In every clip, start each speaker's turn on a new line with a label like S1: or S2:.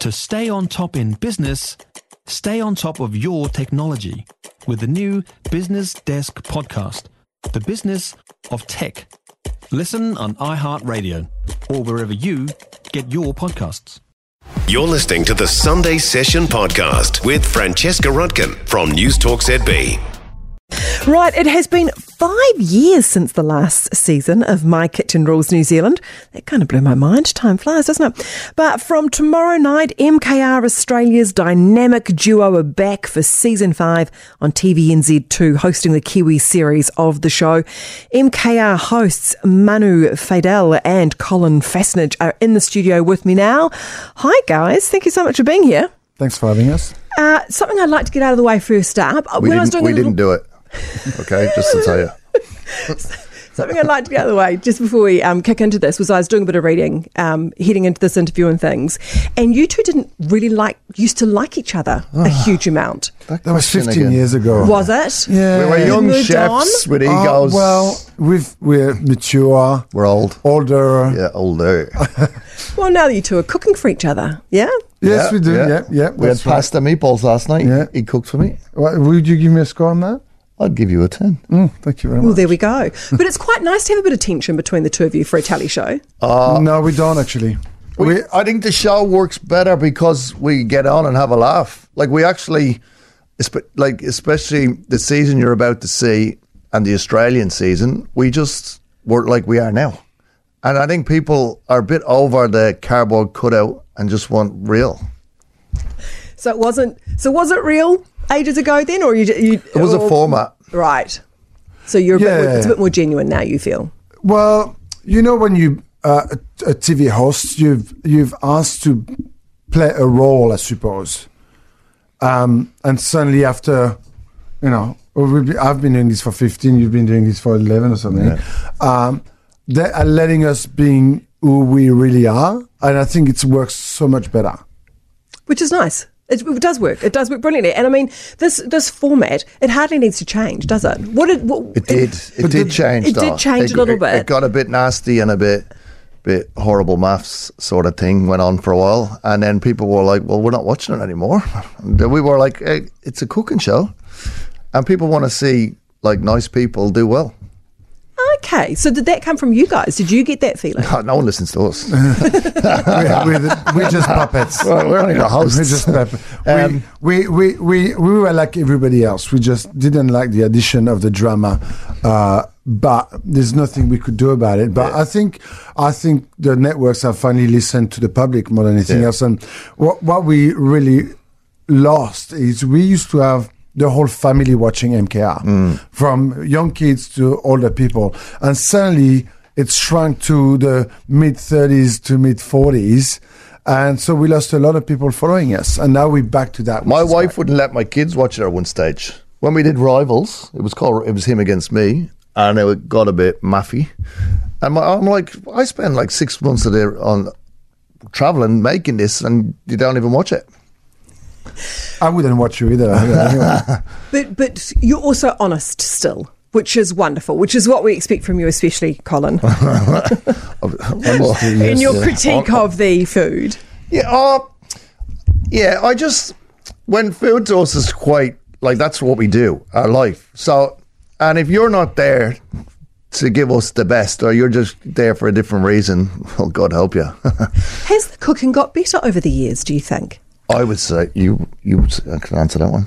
S1: To stay on top in business, stay on top of your technology with the new Business Desk podcast, The Business of Tech. Listen on iHeartRadio or wherever you get your podcasts.
S2: You're listening to the Sunday Session Podcast with Francesca Rutkin from Newstalk ZB.
S3: Right, it has been five years since the last season of My Kitchen Rules New Zealand. That kind of blew my mind. Time flies, doesn't it? But from tomorrow night, MKR Australia's dynamic duo are back for season five on TVNZ2, hosting the Kiwi series of the show. MKR hosts Manu Fadel and Colin Fasnage are in the studio with me now. Hi, guys. Thank you so much for being here.
S4: Thanks for having us.
S3: Uh, something I'd like to get out of the way first up.
S4: We
S3: When I was doing
S4: didn't, we
S3: the little-
S4: didn't do it. Okay, just to tell you.
S3: Something I'd like to get out of the way just before we um, kick into this was I was doing a bit of reading um, heading into this interview and things, and you two didn't really like used to like each other a
S4: Ah,
S3: huge amount.
S5: That was 15 years ago.
S3: Was it?
S5: Yeah.
S4: We were
S5: You
S4: young
S3: moved
S4: chefs
S3: on?
S4: with
S5: Oh,
S4: egos.
S5: well, we've, we're mature,
S4: we're old.
S5: older.
S4: Yeah, older.
S3: Well, now you two are cooking for each other. Yeah.
S5: Yes,
S4: Yeah,
S5: we do. Yeah, yeah.
S4: we had
S5: that's right.
S4: pasta meatballs last night.
S5: Yeah.
S4: He cooked for me.
S5: What, would you give me a score on that?
S4: I'd give you a 10.
S5: Mm, thank you very
S3: Well,
S5: much.
S3: there we go. But it's quite nice to have a bit of tension between the two of you for a tally show.
S5: Uh, no, we don't actually. We,
S4: We, I think the show works better because we get on and have a laugh. Like we actually, espe- like especially the season you're about to see and the Australian season, we just were like we are now. And I think people are a bit over the cardboard cutout and just want real.
S3: So it wasn't. So was it real ages ago then, or you? you
S4: It was a
S3: or-
S4: format.
S3: right? So you're a bit,
S5: Yeah.
S3: it's a bit more genuine now. You feel.
S5: well, you know when you uh, a, a TV host, you've you've asked to play a role, I suppose, um, and suddenly after, you know, we've been- I've been doing this for 15, you've been doing this for 11 or something. Um, they are letting us being who we really are, and I think it works so much better.
S3: which is nice. It, it does work. It does work brilliantly. And I mean, this this format it hardly needs to change, does it? What did what,
S4: It did. It, did change.
S3: It
S4: though.
S3: did change a little
S4: it- It
S3: bit.
S4: got a bit nasty and a bit, bit horrible maths sort of thing went on for a while, and then people were like, "Well, we're not watching it anymore." And then we were like, hey, "It's a cooking show, and people want to see like nice people do well."
S3: okay, so did that come from you guys? Did you get that feeling?
S4: God, no one listens to us.
S5: we're, we're, the- we're just puppets.
S4: Well, we're only the hosts.
S5: We're just puppets.
S4: Um,
S5: we, we, we, we, we were like everybody else. We just didn't like the addition of the drama, uh, but there's nothing we could do about it. But I think I think the networks have finally listened to the public more than anything
S4: Yeah.
S5: else. And what what we really lost is we used to have the whole family watching MKR,
S4: Mm.
S5: from young kids to older people, and suddenly it shrunk to the mid 30s to mid 40s. And so we lost a lot of people following us, and now we're back to that. which
S4: My
S5: is
S4: wife
S5: great.
S4: wouldn't let my kids watch it at one stage. When we did Rivals, it was called it was him against me, and it got a bit maffy. And my, I'm like, I spend like six months of there on traveling making this, and you don't even watch it.
S5: I wouldn't watch you either. Anyway.
S3: But but you're also honest still, which is wonderful, which is what we expect from you, especially Colin, in your critique
S4: Oh.
S3: of the food.
S4: Yeah, uh, yeah. I just when food to us is quite like that's what we do our life. So, and if you're not there to give us the best, or you're just there for a different reason, well, God help you.
S3: Has the cooking got better over the years? Do you think?
S4: I would say you you would say- I can answer that one.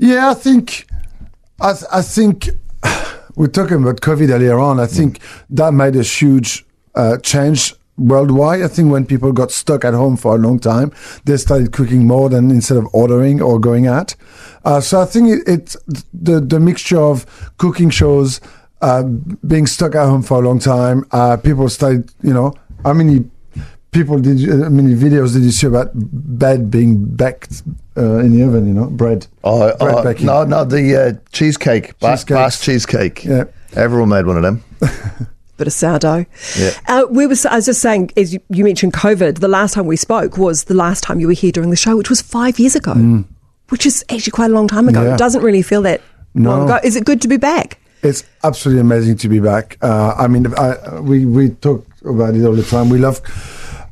S5: Yeah, I think, I, th- I think we're talking about COVID earlier on. I think that made a huge uh, change worldwide. I think when people got stuck at home for a long time, they started cooking more than instead of ordering or going out. Uh, so I think it, it's the the mixture of cooking shows, uh, being stuck at home for a long time. Uh, people started, you know, how many people did you, how many videos did you see about bread being baked uh, in the oven? You know, bread.
S4: Oh,
S5: bread
S4: uh,
S5: baking.
S4: no, no, the uh, cheesecake, ba-
S5: Cheesecakes.
S4: Bass cheesecake.
S5: Yeah.
S4: everyone made one of them.
S3: bit of sourdough.
S4: Yeah.
S3: Uh, we was, I was just saying, as you, you mentioned COVID, the last time we spoke was the last time you were here during the show, which was five years ago,
S4: Mm.
S3: which is actually quite a long time ago.
S5: Yeah.
S3: It doesn't really feel that long ago. Is it good to be back?
S5: It's absolutely amazing to be back. Uh, I mean, I, we we talk about it all the time. We love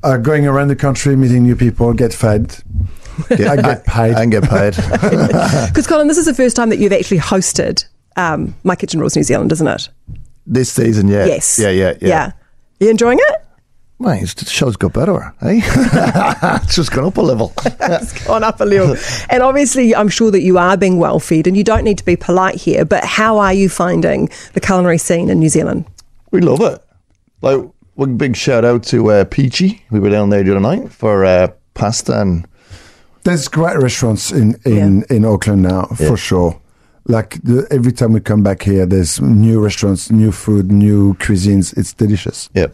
S5: uh, going around the country, meeting new people, get fed. I get paid.
S4: and get paid. Uh.
S3: Because, Colin, this is the first time that you've actually hosted um, My Kitchen Rules New Zealand, isn't it?
S4: this season, yeah.
S3: Yes.
S4: Yeah, yeah, yeah.
S3: Yeah. You enjoying it?
S4: Man, it's- the show's got better, eh? it's just gone up a level.
S3: It's gone up a little. and obviously, I'm sure that you are being well fed and you don't need to be polite here, but how are you finding the culinary scene in New Zealand?
S4: We love it. Like, one big shout out to uh, Peachy. We were down there the other night for uh, pasta and
S5: There's great restaurants in in, in Auckland now for sure. Like the, every time we come back here, there's new restaurants, new food, new cuisines. It's delicious.
S4: yeah,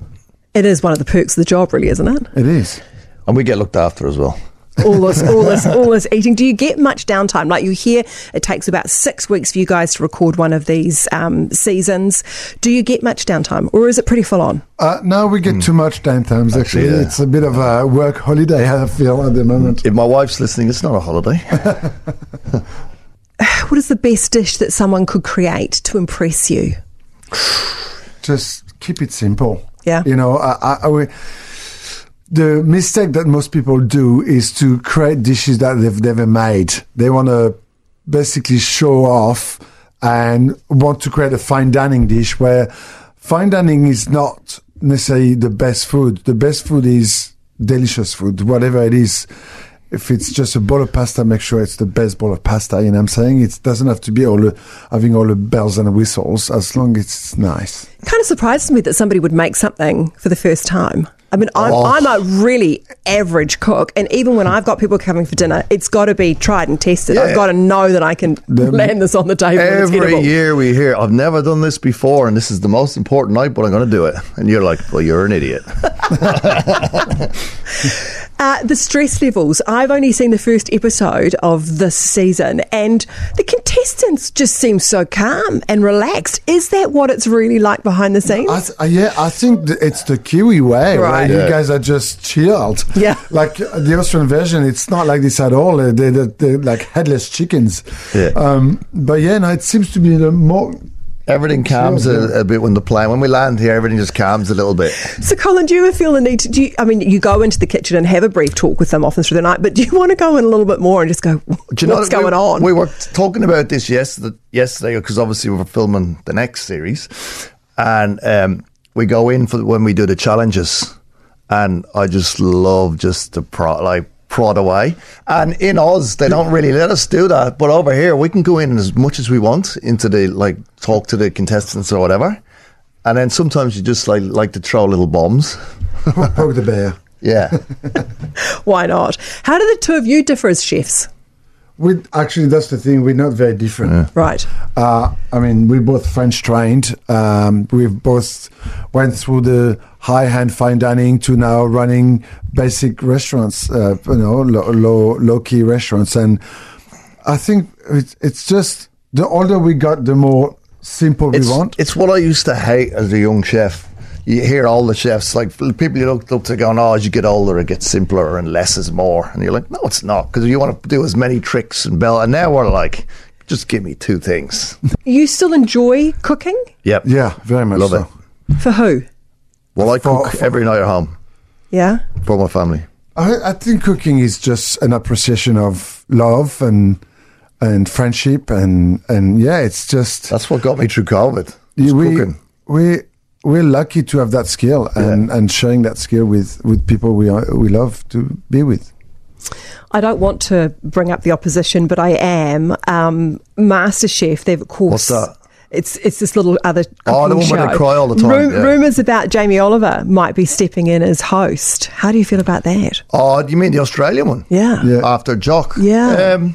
S3: It is one of the perks of the job, really, isn't it?
S5: It is.
S4: and we get looked after as well.
S3: All this, all this, all this eating. Do you get much downtime? Like you hear, it takes about six weeks for you guys to record one of these um, seasons. Do you get much downtime, or is it pretty full on?
S5: Uh, now we get too much downtimes. Actually,
S4: yeah.
S5: it's a bit of a work holiday. I feel at the moment.
S4: If my wife's listening, it's not a holiday.
S3: What is the best dish that someone could create to impress you?
S5: Just keep it simple.
S3: Yeah.
S5: You know, I, I, I we- the mistake that most people do is to create dishes that they've never made. They want to basically show off and want to create a fine dining dish where fine dining is not necessarily the best food. The best food is delicious food, whatever it is. If it's just a bowl of pasta, make sure it's the best bowl of pasta. You know what I'm saying? It doesn't have to be all the, having all the bells and whistles as long as it's nice.
S3: kind of surprises me that somebody would make something for the first time. I mean, I'm,
S4: Oh.
S3: I'm a really average cook, and even when I've got people coming for dinner, it's got to be tried and tested. I've
S4: Yeah.
S3: got to know that I can land this on the table. and it's
S4: Every
S3: edible.
S4: year we hear, I've never done this before, and this is the most important night, but I'm going to do it. And you're like, well, you're an idiot.
S3: Uh, the stress levels. I've only seen the first episode of this season, and the contestants just seem so calm and relaxed. Is that what it's really like behind the scenes?
S5: I th- uh, yeah, I think th- it's the Kiwi way. Right.
S3: Right.
S5: You guys are just chilled.
S3: Yeah.
S5: Like uh, the Austrian version, it's not like this at all. Uh, They, they, they're like headless chickens.
S4: Yeah.
S5: Um, but yeah, no, it seems to be the more.
S4: Everything calms a, a bit when the plane, when we land here, everything just calms a little bit.
S3: So, Colin, do you ever feel the need to? Do you, I mean, you go into the kitchen and have a brief talk with them often through the night, but do you want to go in a little bit more and just go,
S4: Do you know
S3: what's
S4: that we-
S3: going on?
S4: We were talking about this yesterday, yesterday because obviously we were filming the next series, and um, we go in for when we do the challenges, and I just love just to prod, like prod away. And in Oz, they don't really let us do that, but over here we can go in as much as we want into the like talk to the contestants or whatever, and then sometimes you just like like to throw little bombs.
S5: Poke the bear.
S4: Yeah,
S3: Why not? How do the two of you differ as chefs?
S5: We actually, that's the thing. We're not very different.
S3: Right.
S5: Uh, I mean, we're both French trained. Um, we've both went through the high hand fine dining to now running basic restaurants, uh, you know, low, low low key restaurants. And I think it's, it's just the older we got, the more simple
S4: it's,
S5: we want.
S4: It's what I used to hate as a young chef. You hear all the chefs, like people you looked up to, going, "Oh, as you get older, it gets simpler and less is more." And you're like, "No, it's not," because you want to do as many tricks and bell. And now we're like, "Just give me two things."
S3: You still enjoy cooking?
S4: Yep.
S5: yeah, very much.
S4: Love
S5: so.
S4: it.
S3: For who?
S4: Well, I cook
S5: For-
S4: every night at home
S3: Yeah.
S4: for my family.
S5: I, I think cooking is just an appreciation of love and and friendship and and yeah, it's just
S4: That's what got me through COVID.
S5: Yeah,
S4: was
S5: we,
S4: cooking.
S5: we we're lucky to have that skill and, and sharing that skill with, with people we are, we love to be with.
S3: I don't want to bring up the opposition, but I am. Um, MasterChef, they've, of course.
S4: What's that?
S3: It's, it's this little other cooking
S4: Oh, the one
S3: show.
S4: where they cry all the time, yeah.
S3: Rumours about Jamie Oliver might be stepping in as host. How do you feel about that?
S4: Oh, you mean the Australian one?
S3: Yeah.
S5: Yeah.
S4: After Jock.
S3: Yeah.
S4: Um,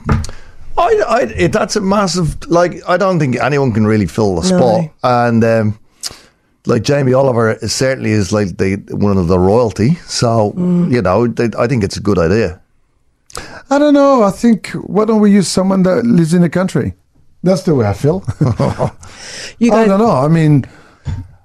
S4: I, I, it, that's a massive, like, I don't think anyone can really fill the spot. And, um, like, Jamie Oliver is certainly is, like, the one of the royalty. So, you know, they, I think it's a good idea.
S5: I don't know. I think why don't we use someone that lives in the country? That's the way I feel.
S4: Oh,
S3: You
S5: I
S3: guys-
S5: don't know. I mean,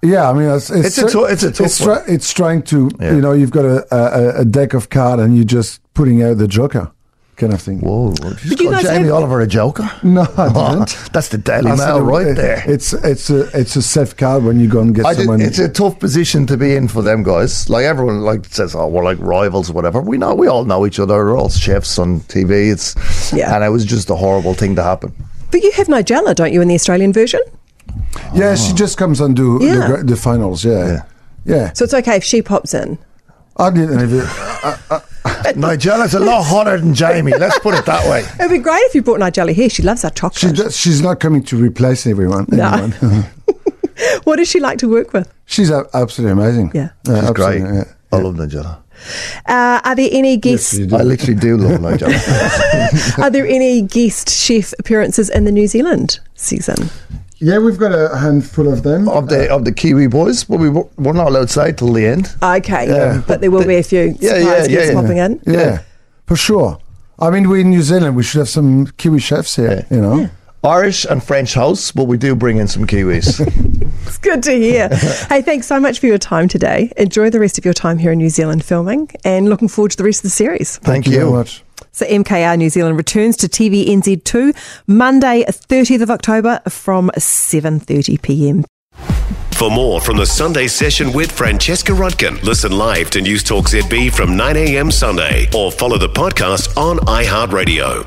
S5: yeah. I mean, it's
S4: It's a tou- it's a tough
S5: try- it's trying to you know you've got a, a, a deck of cards and you're just putting out the joker. kind of thing.
S4: Whoa, what-
S3: But you
S4: called
S3: guys
S4: Jamie
S3: have-
S4: Oliver a joker?
S5: No, I didn't.
S4: That's the Daily
S5: I said
S4: Mail
S5: it-
S4: right there.
S5: It's it's a it's a safe card when you go and get
S4: I did,
S5: someone.
S4: it's a tough position to be in for them guys. Like everyone, like says, oh, we're like rivals, or whatever. We know, we all know each other. We're all chefs on TV. It's
S3: Yeah.
S4: and it was just a horrible thing to happen.
S3: But you have Nigella, don't you, in the Australian version?
S5: yeah, she just comes and do
S3: Yeah.
S5: the, gra- the finals. Yeah, Oh, yeah.
S3: So it's okay if she pops in.
S5: I didn't. Even,
S4: Nigella's a lot hotter than Jamie. Let's put it that way.
S3: It'd be great if you brought Nigella here. She loves our chocolate.
S5: she just, she's not coming to replace everyone.
S3: No.
S5: anyone.
S3: what does she like to work with?
S5: she's a- absolutely amazing. Uh,
S3: Yeah.
S4: She's
S5: absolutely,
S4: great.
S5: yeah.
S4: I love Nigella.
S3: Uh, are there any guest?
S5: You do.
S4: I literally do love Nigella.
S3: are there any guest chef appearances in the New Zealand season?
S5: Yeah, we've got a handful of them.
S4: of the of the Kiwi boys, but we were we're not allowed to say till the end.
S3: Okay, but there will be a few surprise
S4: Yeah, yeah,
S3: guests
S4: yeah, yeah.
S3: popping in.
S5: yeah, for sure. I mean, we're in New Zealand. We should have some Kiwi chefs here. You know.
S4: Irish and French house, but we do bring in some Kiwis.
S3: It's good to hear. hey, thanks so much for your time today. Enjoy the rest of your time here in New Zealand filming, and looking forward to the rest of the series.
S4: Thank
S5: Thank you
S4: you.
S5: very much.
S3: So MKR New Zealand returns to TVNZ2 Monday 30th of October from 7:30 p.m.
S2: For more from the Sunday session with Francesca Rutkin, listen live to News Talk ZB from 9 a.m. Sunday or follow the podcast on iHeartRadio.